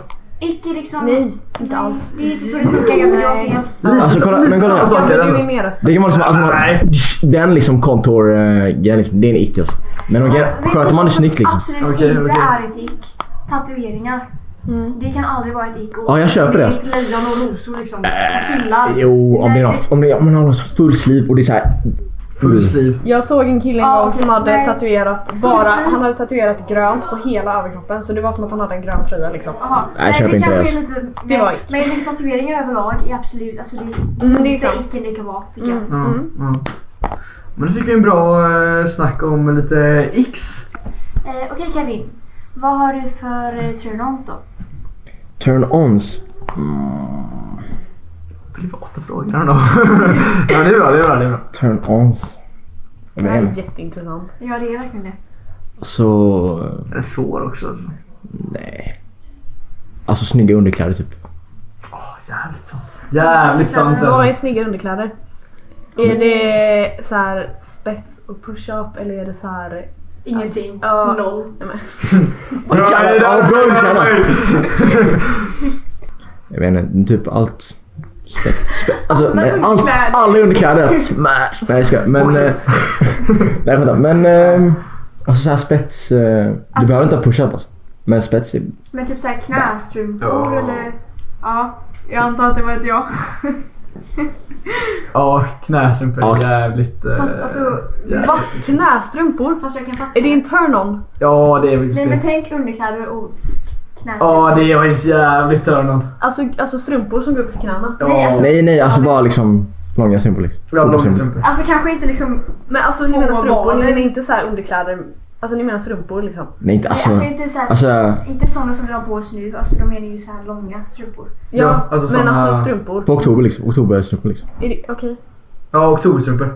Ick är liksom...
Nej, inte alls.
Det är inte så det funkar Gabriel.
Nej.
jag har fel.
Alltså, kolla- men kolla här.
samma
Ja, men
sak är
du är
det.
mer öster.
Det kan vara liksom, alltså, man, den liksom kontor, eh, grejen liksom, det är en ick alltså. Men okej,
Alltså, vet
sköter
ni
man det
vad som
snyggt liksom.
Absolut
Okej,
inte
okej.
är ett ick. Tatueringar.
Mm.
Det kan aldrig vara ett ick. Och
Ja, jag köper det.
Inte lejon och rosor liksom. Och killar.
Jo, om det är något, om det är, om man har något så Mm. full sleeve och det är såhär.
Full sleeve.
Jag såg en kille en
Ja,
gång
okej.
som hade
Nej.
tatuerat bara,
sleeve.
han hade tatuerat grönt på hela överkroppen så det var som att han hade en grön tröja liksom.
Jaha.
Nej, jag köper
det
inte det,
kanske är lite...
Det var ick.
Men jag tycker tatueringar överlag är absolut... Alltså det är
Mm,
mm,
det är
minsta
sant.
icken det kan vara tycker jag.
Mm.
Ja,
Mm.
ja. Men då fick vi en bra eh, snack om lite x.
Eh, Okej Kevin. Vad har du för eh, turn-ons då?
Turn-ons. Mm.
Privata frågor. I don't know. ja, det är bra, det är bra, det är bra.
Turn-ons. Jag
Det
vet
här är
inte.
jätteintressant.
Ja det är verkligen det.
Så, eh,
Den är svår också. alltså.
nej. Alltså snygga underkläder typ.
Åh, jävligt sant. Jävligt sant
Vad är
alltså. Mm.
snygga underkläder? Är det så här spets och push-up eller är det så här...
Ingenting.
Ja.
Noll.
Nej, men-
Jävlar, vad bra underkläder. Jag vet inte, typ allt. Spe, spe, alltså, nej, allt, alla underkläder. alltså, Smash! Nej jag skojar. Men... eh, nej vänta. Men... Eh, alltså såhär spets. Eh, du behöver inte ha push-up alltså. Men spets är...
Men typ såhär knästrumpor
Ja.
eller... Ja. Jag antar att det var ett ja.
Ja, knästrumpor.
Ja.
Jävligt... eh,
Fast alltså...
jävligt.
Va? Knästrumpor?
Fast jag kan fatta.
Är det en turn-on?
Ja, det är faktiskt
Nej
det.
men tänk underkläder och knästrumpor.
Ja, det är faktiskt jävligt turn-on.
Alltså, alltså strumpor som går upp till knäna?
Nej, alltså-
Nej nej alltså bara liksom långa strumpor liksom.
Ja, långstrumpor.
Alltså kanske inte liksom...
Men alltså ni menar
Åh,
strumpor,
vad
ni
var det?
menar inte så här underkläder Alltså ni menar strumpor liksom?
Nej, inte alltså.
alltså, inte, så här,
alltså
inte sådana som vi har på oss nu. Alltså, de menar ju så här långa strumpor.
Ja, men alltså strumpor.
på oktober liksom. Oktoberstrumpor liksom.
Är det- Okej.
Ja, oktoberstrumpor.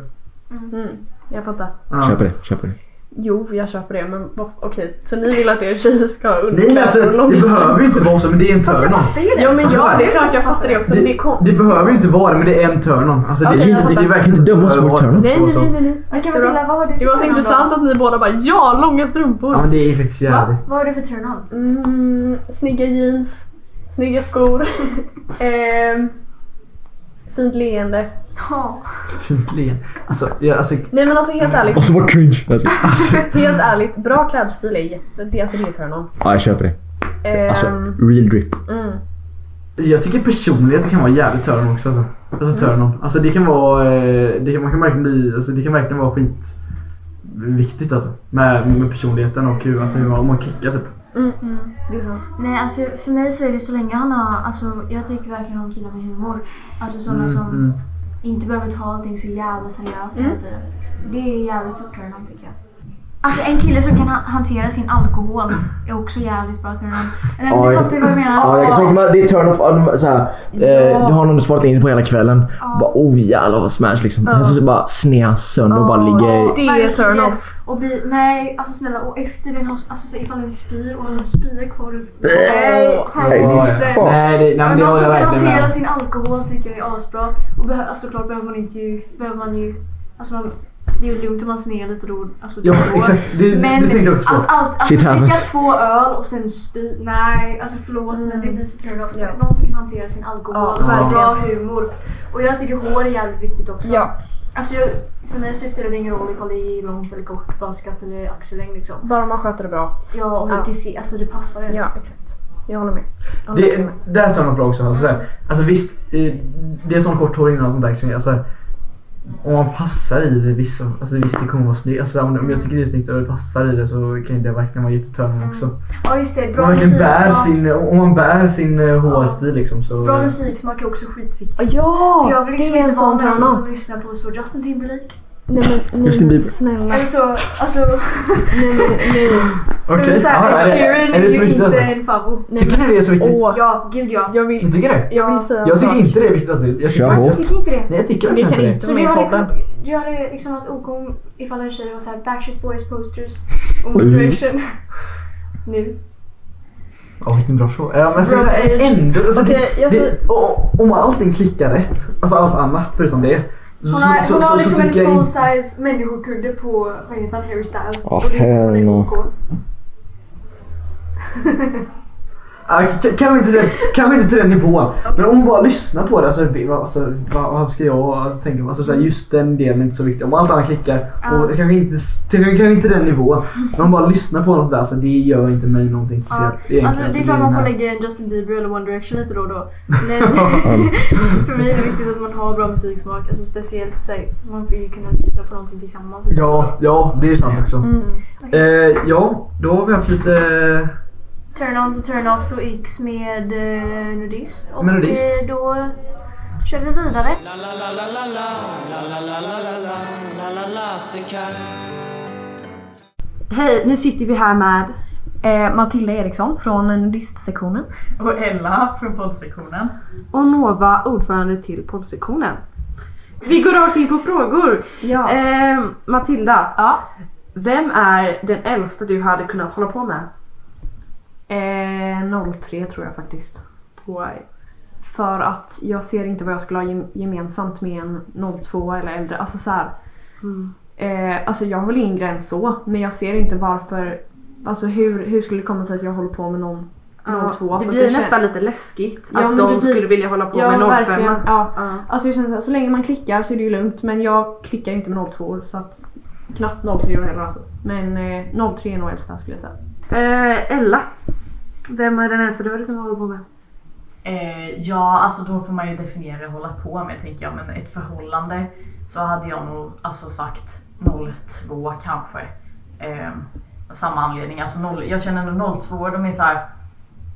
Mm, jag fattar.
Köper det, köper det.
Jo, jag köper det men vad- okej. Så ni vill att er tjej ska ha
Nej men
underkläder
alltså,
och
det behöver ju inte vara så men det är en
Fast jag
turn-on.
fattar ju det. Ja men
Alltså,
ja,
så här,
det är klart jag fattar det också. men Det är kom...
Det behöver ju inte vara det men det är en turn-on. Alltså, det,
Okej,
är
jag
inte, det
fattar.
är verkligen inte dumt att vara
Nej, nej, nej, nej, nej.
Okej,
Det är bra.
Matilda, vad har du för
Det var så
turn-on då?
intressant att ni båda bara ja, långa strumpor.
Ja men det är faktiskt jävligt.
Vad har du för turn-on?
Mm, snygga jeans, snygga skor, ehm, fint leende.
Fint leende. Alltså, jag, alltså,
Nej men alltså helt ärligt.
Och så var cringe. Alltså.
Helt ärligt, bra klädstil är jätte... Det, alltså, det är turn-on.
Ja, jag köper det.
Ehm,
Alltså, real drip.
mm.
jag tycker personlighet kan vara jävligt turn-on också alltså. Alltså turn-on. Alltså det kan vara, eh, det kan, man kan verkligen bli, alltså, det kan verkligen vara skit viktigt alltså. Med, med personligheten och hur, alltså, hur man, om man klickar typ.
Mm. Det är sant.
Mm. Nej, alltså för mig så är det så länge han har... Alltså, jag tycker verkligen om killar med humor. Alltså sådana
Mm,
som
mm.
inte behöver ta allting så jävla seriöst
Mm.
hela tiden. Det är jävligt stort turn-on tycker jag. Alltså en kille som kan ha- hantera sin alkohol är också jävligt bra turn-on. Nej, men Du fattar ju vad jag menar.
Ja, jag kommer ihåg, det är turn-off. ja, de- så här, eh,
Ja.
Du har någon du sparat in på hela kvällen. Bara oh jävlar vad smash liksom.
Ja.
Sen så bara snear han sönder och bara ligger i...
Det är
verkligen.
turn-off.
Och bli, nej, alltså snälla och efter den har, alltså så ifall den spyr och har sån spya kvar ut.
Nej,
helvete.
Nej, det, nej men det
någon
håller
som
jag
kan
verkligen
alltså, typ
med
hantera
om.
sin alkohol tycker jag är asbra. Och behö, alltså, såklart behöver man inte ju, behöver man ju, alltså man, det är ju lugnt om man snear lite då. Alltså,
Ja,
då och då.
exakt. Det- det
men
tänkte jag också på.
Att, allt, alltså
Shit
dricka
happens.
två öl och sen spy, nej alltså förlåt men det blir så turn off. Så
Mm. Ja.
Någon som kan hantera sin alkohol,
Ja,
ja, bra
verkligen.
humor. Och jag tycker hår är jävligt viktigt också.
Ja.
Alltså jag, för mig så spelar det ingen roll ifall det är långt eller kort, baskat eller axellängd liksom.
Bara man sköter det bra.
Ja, och
Ja.
Det, ser- alltså, det passar en.
Ja, exakt. Jag håller med. Jag håller
Det,
med.
det här är samma bra också. Alltså, så här, alltså visst, eh, det är sån kort hår innan och sånt där. så- Alltså, här, om man passar i det, visst, alltså, visst det kommer vara snyggt. Alltså, om, om jag tycker det är snyggt och det passar i det så kan ju det verkligen vara jättetörande också.
Ja just det,
Om
Mm. bra
man, verkligen bär
musiksmak.
sin, om man bär sin eh, hårstil liksom så...
Bra musiksmak är också skitviktigt.
Ja!
För jag vill liksom
det är en
inte vara
sån
med någon
turn-on.
som lyssnar på så Justin Timberlake.
Nej men, nej,
Justin
men
Bieber.
snälla.
Eller så, alltså...
Nej men, nej.
Okej,
Men så här,
ja,
Ed
är
Sheeran är
det- är det så
ju
viktigt
inte
alltså?
en favorit.
Nej,
Tycker ni det är så viktigt?
Åh,
Ja, gud ja.
jag vill,
Ni tycker det?
jag vill säga en
Jag tycker
sak.
inte det är viktigt alltså. Jag tycker
Kör
verkligen-
hårt.
Jag tycker inte det.
Nej jag tycker
Det
verkligen
kan
inte det.
inte
Så
vara
du
med i
hade,
podden.
du hade liksom varit OK om- ifall en tjej var såhär Backstreet Boys posters och
Mm.
One Direction. Nu.
Ja, vilken bra fråga. Ja, men alltså,
Bra
så här,
page.
ändå, alltså,
Okej,
det,
jag
det, och, om allting klickar rätt, alltså allt annat förutom det. Så,
Hon har,
så,
hon
så,
har
så,
liksom en
tycker jag
full
inte...
size människokudde på, vad heter han, Harry Styles.
Åh,
Och det är
hell
fortfarande OK.
no.
Ja, k- Kanske inte, till- kanske inte till den nivån. Men om man bara lyssnar på det. Alltså, vi- alltså, vad, vad ska jag alltså, tänka på? Alltså, så här, just den delen är inte så viktig. Om allt annat klickar. Och kanske inte, till, kanske inte den nivån. Men om man bara lyssnar på något sådär. Alltså, det gör inte mig någonting
Ja,
speciellt. egentligen.
Alltså, det är
Alltså,
klart
den
man får
här-
lägga en Justin Bieber eller One Direction lite då och då. Men för mig är det viktigt att man har bra musiksmak. Alltså speciellt så här, man vill ju kunna lyssna på någonting tillsammans.
Ja, ja, det är sant också.
Mm.
Eh, ja, då har vi haft lite...
Turn-ons och turn-offs och X med eh, nudist. Och
Med nudist.
Eh, då kör vi vidare.
Hej, nu sitter vi här med...
Eh, Matilda Eriksson från nudistsektionen.
Och Ella från poddsektionen.
och Nova, ordförande till poddsektionen. Vi går rakt in på frågor.
Ja.
Ehm, Matilda, vem är den äldsta du hade kunnat hålla på med?
Eh, 03 tror jag faktiskt.
Why?
För att jag ser inte vad jag skulle ha gem- gemensamt med en 02 eller äldre. Alltså så här,
Mm.
eh, alltså jag har väl ingen gräns så, men jag ser inte varför. Alltså hur, hur skulle det komma sig att jag håller på med någon 02?
Ja, det
För
blir
kän-
nästan lite läskigt
Ja,
att
men
de
det blir-
skulle vilja hålla på
ja,
med 05.
verkligen. Ja.
Ja.
Alltså jag känner så, här, så länge man klickar så är det ju lugnt men jag klickar inte med 02 så att knappt 03 heller alltså. Men eh, 03 är nog äldsta skulle jag säga.
Eh, Ella, vem är den äldsta du hade kunnat hålla på med?
Eh, ja, alltså då får man ju definiera hålla på med tänker jag. Men ett förhållande så hade jag nog alltså sagt 02 kanske. Eh, av samma anledning. Alltså noll, jag känner nog 02, de är så här.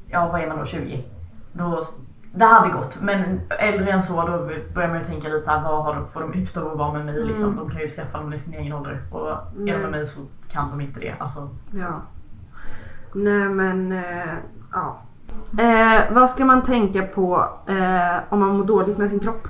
Ja, vad är man då? 20? Då s- Det hade gått, men äldre än så då börjar man ju tänka lite såhär, vad har de, får de ut av att vara med mig liksom?
Mm.
De kan ju skaffa dem i sin egen ålder och är de
Nej.
med mig så kan de inte det. Alltså,
Ja. Nej men, eh, ja. Eh, vad ska man tänka på eh, om man mår dåligt med sin kropp?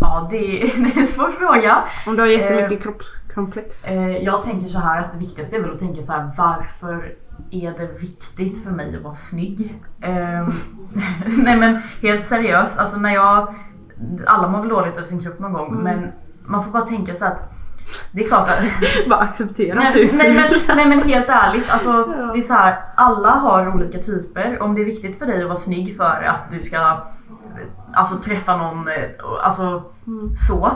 Ja, det är en svår fråga.
Om du har jättemycket
Eh,
kroppskomplex.
Eh, jag tänker så här att det viktigaste är väl att tänka så här varför är det viktigt för mig att vara snygg? Ehm, nej men helt seriöst, alltså när jag, alla mår väl dåligt över sin kropp någon gång
Mm.
men man får bara tänka så att det är klart att...
Bara acceptera att du
nej,
är
nej,
ful.
men, nej men helt ärligt, alltså, det är så här, alla har olika typer. Om det är viktigt för dig att vara snygg för att du ska alltså, träffa någon, eh, alltså
Mm.
så.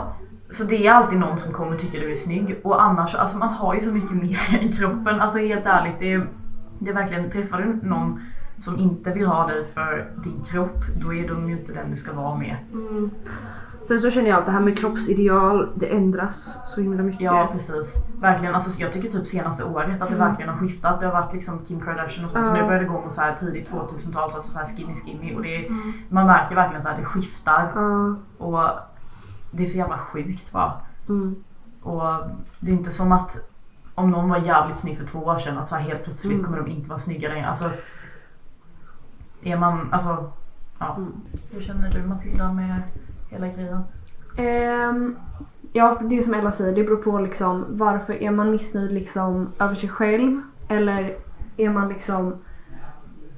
Så det är alltid någon som kommer och tycker du är snygg och annars, alltså man har ju så mycket mer i kroppen. Alltså helt ärligt, det är, det är verkligen, träffar du någon som inte vill ha dig för din kropp, då är de ju inte den du ska vara med.
Mm. Sen så känner jag att det här med kroppsideal, det ändras så himla mycket.
Ja precis, verkligen. Alltså, så jag tycker typ senaste året att det
Mm.
verkligen har skiftat. Det har varit liksom Kim Kardashian och sånt.
Ja.
Nu börjar det gå mot så här tidigt 2000-tal, alltså så här skinny skinny. Och det är,
Mm.
Man märker verkligen så här att det skiftar. Och det är så jävla sjukt bara.
Mm.
Och det är inte som att om någon var jävligt snygg för två år sedan att så här helt plötsligt
Mm.
kommer de inte vara snygga längre. Alltså, är man, alltså, ja.
Mm.
Hur känner du Matilda med hela grejen?
Ehm, ja, det är som Ella säger, det beror på liksom varför är man missnöjd liksom över sig själv eller är man liksom...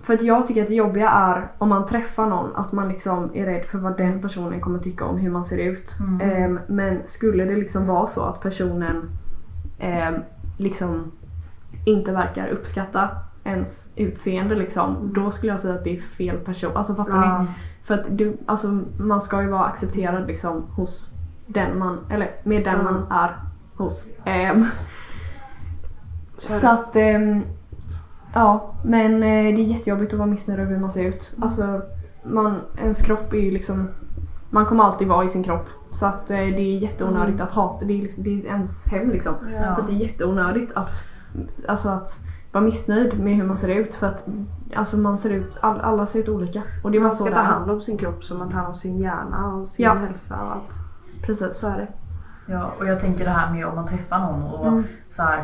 För att jag tycker att det jobbiga är om man träffar någon att man liksom är rädd för vad den personen kommer tycka om hur man ser ut.
Mm.
Ehm, men skulle det liksom vara så att personen ehm, liksom inte verkar uppskatta ens utseende liksom, då skulle jag säga att det är fel person. Alltså fattar
Ja.
ni? För att du, alltså, man ska ju vara accepterad liksom hos den man, eller med den
Mm.
man är hos. Ehm,
Så är
så
det.
att, ehm, ja men eh, det är jättejobbigt att vara missnöjd över hur man ser ut.
Mm.
Alltså, man, ens kropp är ju liksom, man kommer alltid vara i sin kropp. Så att eh, det är jätteonödigt
Mm.
att hata, det är, liksom, det är ens hem liksom.
Ja.
Så att det är jätteonödigt att, alltså att vara missnöjd med hur man ser ut för att alltså man ser ut, all, alla ser ut olika. Och det är bara
man
så
ska
det
ta
är.
hand om sin kropp som man tar hand om sin hjärna och sin
Ja.
hälsa och allt.
Precis.
Så är det.
Ja, och jag tänker det här med om man träffar någon och
Mm.
så här.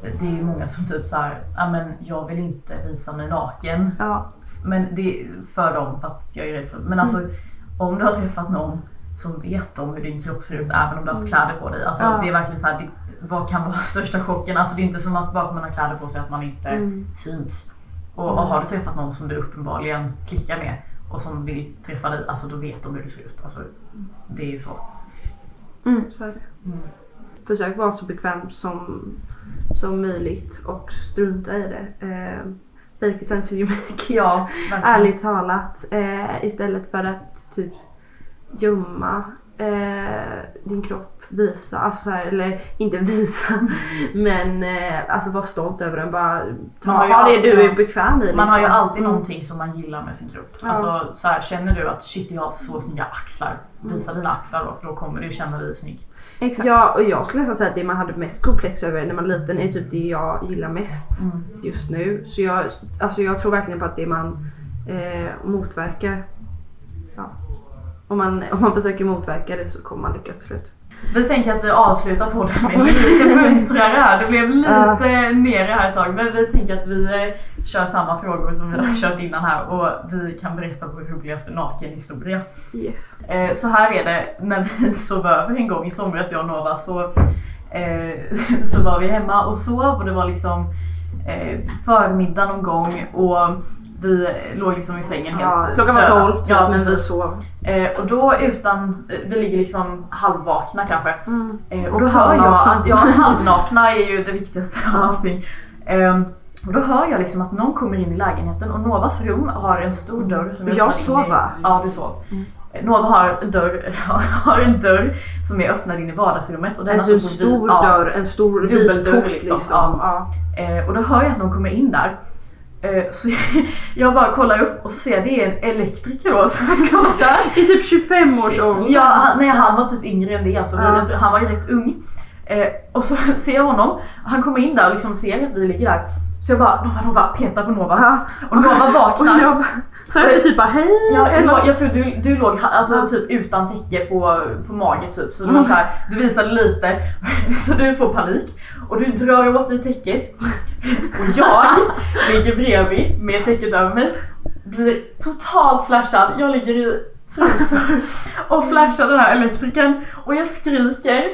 Det är ju många som typ så här, ja men jag vill inte visa mig naken. Men det är för dem för att jag är rädd för Men alltså
Mm.
om du har träffat någon som vet om hur din kropp ser ut även om du har
Mm.
haft kläder på dig. Alltså
Ja.
det är verkligen så här, det, vad kan vara största chocken? Alltså det är inte som att bara för att man har kläder på sig att man inte
Mm.
syns. Och, och
Mm.
har du träffat någon som du uppenbarligen klickar med och som vill träffa dig, alltså då vet de hur du ser ut. Alltså, det är ju så.
Mm.
Så är det.
Mm.
Försök vara så bekväm som, som möjligt och strunta i det. Eh, fake it until you make it.
Ja, verkligen.
Ärligt talat. Eh, istället för att typ gömma eh, din kropp. Visa, alltså så här, eller inte
Mm.
visa men eh, alltså var stolt över den. Bara ta
Man har ju
ha det
alltid-
du är bekväm i.
Man har ju
liksom.
alltid
Mm.
någonting som man gillar med sin kropp.
Ja.
Alltså, så här, känner du att shit jag har så snygga axlar, visa
Mm.
dina axlar då för då kommer du känna dig snygg.
Ja, och jag skulle nästan säga att det man hade mest komplex över när man var liten är typ det jag gillar mest
Mm.
just nu. Så jag, alltså jag tror verkligen på att det man eh, motverkar, ja. om, man, om man försöker motverka det så kommer man lyckas till slut.
Vi tänker att vi avslutar podden med lite muntrare här. Det blev lite nere här ett tag men vi tänker att vi eh, kör samma frågor som vi
Mm.
har kört innan här och vi kan berätta vår roligaste nakenhistoria.
Yes.
Eh, så här är det, när vi sov över en gång i somras jag och Nova så, eh, så var vi hemma och sov och det var liksom eh, förmiddag någon gång och vi låg liksom i sängen helt
Ja, klockan var
döda.
tolv typ,
Ja,
men vi
precis.
sov.
Eh, och då utan, eh, vi ligger liksom halvvakna kanske.
Mm.
Eh, och
Då
då hör jag
halvnakna.
att, ja halvnakna är ju det viktigaste av allting. Ehm, och då hör jag liksom att någon kommer in i lägenheten och Novas rum har en stor dörr som
Jag
öppnar in
sov,
i-
va?
Ja du sov. Eh, Nova har en, dörr, har en dörr som är öppnad in i vardagsrummet. Och den
Alltså
har
en
så på vid-
stor
ja,
dörr, en stor vit
dubbelport
port,
liksom.
liksom.
Ja. Eh, och då hör jag att någon kommer in där. Eh, så jag bara kollar upp och så ser jag det är en elektriker då som ska vara där.
I typ 25 års ålder.
Ja, han, nej, han var typ yngre än det. Alltså,
Ja.
alltså, han var ju rätt ung. Eh, och så ser jag honom. Han kommer in där och liksom ser att vi ligger där. Så jag bara Nova Nova petar på Nova och Nova vaknar.
Och jag bara- så jag typ bara hej?
Ja, jag,
eller-
låg- jag tror du, du låg ha- alltså, typ utan täcke på, på mage typ. Så det var
Mm.
så här, du visade lite så du får panik och du drar åt dig täcket och jag ligger bredvid med täcket över mig. Blir totalt flashad. Jag ligger i trosor och flashar den här elektrikern och jag skriker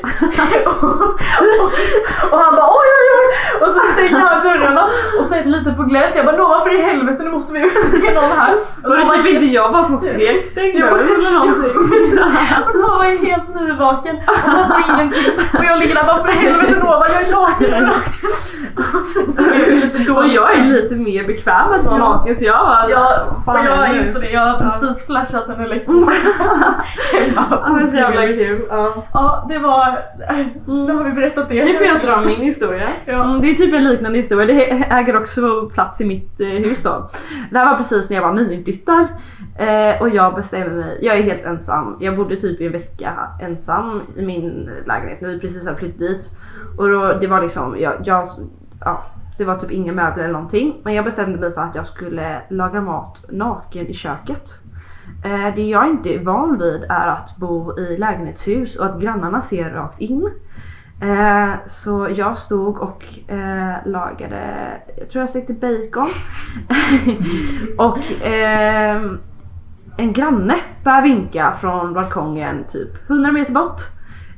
och han bara oj oj oj och så stänger han dörrarna och så är det lite på glänt. Jag bara Nova för i helvete nu måste vi det är någon här.
Var det typ inte jag bara som skrek stäng dörren eller någonting?
Och Nova är helt nyvaken och fattar ingenting och jag ligger där bara för i helvete Nova jag är naken, jag är naken. Och sen så är det lite dåligt.
Och jag är lite mer bekväm att vara
Ja.
naken så jag bara...
Ja, och
fan,
jag
nu.
insåg det. Jag har precis flashat en elektriker hemma.
Ja, men så jävla kul.
Ja, det var... Nu har vi berättat det.
Nu får jag dra min historia. Mm, det är typ en liknande historia. Det hä- äger också plats i mitt eh, hus då. Det här var precis när jag var nyinflyttad. Eh, och jag bestämde mig. Jag är helt ensam. Jag bodde typ i en vecka ensam i min lägenhet när vi precis hade flyttat dit. Och då, det var liksom, jag, jag, ja, det var typ inga möbler eller någonting. Men jag bestämde mig för att jag skulle laga mat naken i köket. Eh, Det jag inte är van vid är att bo i lägenhetshus och att grannarna ser rakt in. Eh, Så jag stod och eh, lagade, jag tror jag stekte bacon. och ehm, en granne börjar vinka från balkongen typ 100 meter bort.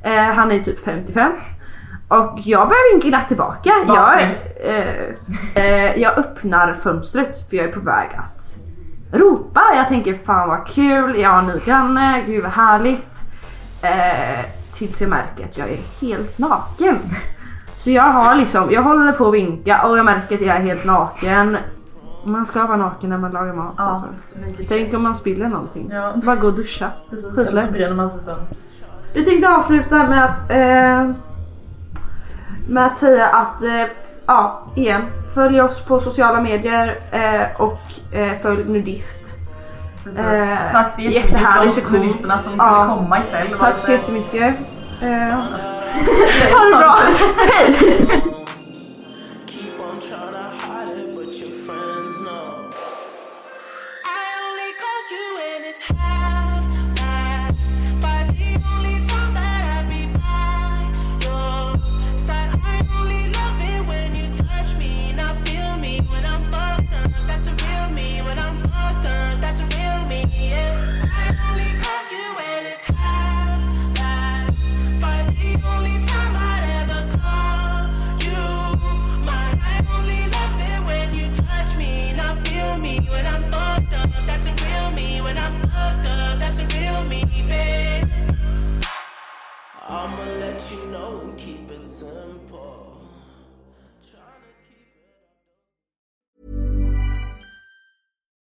Eh, Han är typ 55. Och jag börjar vinka glatt tillbaka. Jag,
Basen.
eh, eh, jag öppnar fönstret för jag är på väg att ropa. Jag tänker fan vad kul, jag har en ny granne, gud vad härligt. Eh, tills jag märker att jag är helt naken. Så jag har liksom, jag håller på att vinka och jag märker att jag är helt naken. Man ska vara naken när man lagar mat.
Ja,
alltså. Tänk om man spiller någonting. Bara gå och duscha.
Precis,
Typ
eller så
lätt.
bränner man sig sönder.
Vi tänkte avsluta med att, eh, med att säga att, eh, ja igen, följ oss på sociala medier eh, och eh, följ nudist. Eh,
Tack så jättemycket
jättehärlig
åt
sektion.
nudisterna som ville komma ikväll. Det var
Tack så
lite-
jättemycket. Eh, ha det bra. Hej!
Keep on trying to hide it, but your friends know. I only called you when it's half past. By the only time that I be by your side, I only love it when you touch me. Now feel me when I'm fucked up. That's a real me when I'm fucked up. That's a real me. Yeah. I only call you when it's half past. But the only time I'd ever call you mine. I only love it when you touch me, not feel me when I'm fucked up. That's a real me when I'm fucked up. That's a real me, babe. I'ma let you know and keep it simple.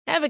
Ever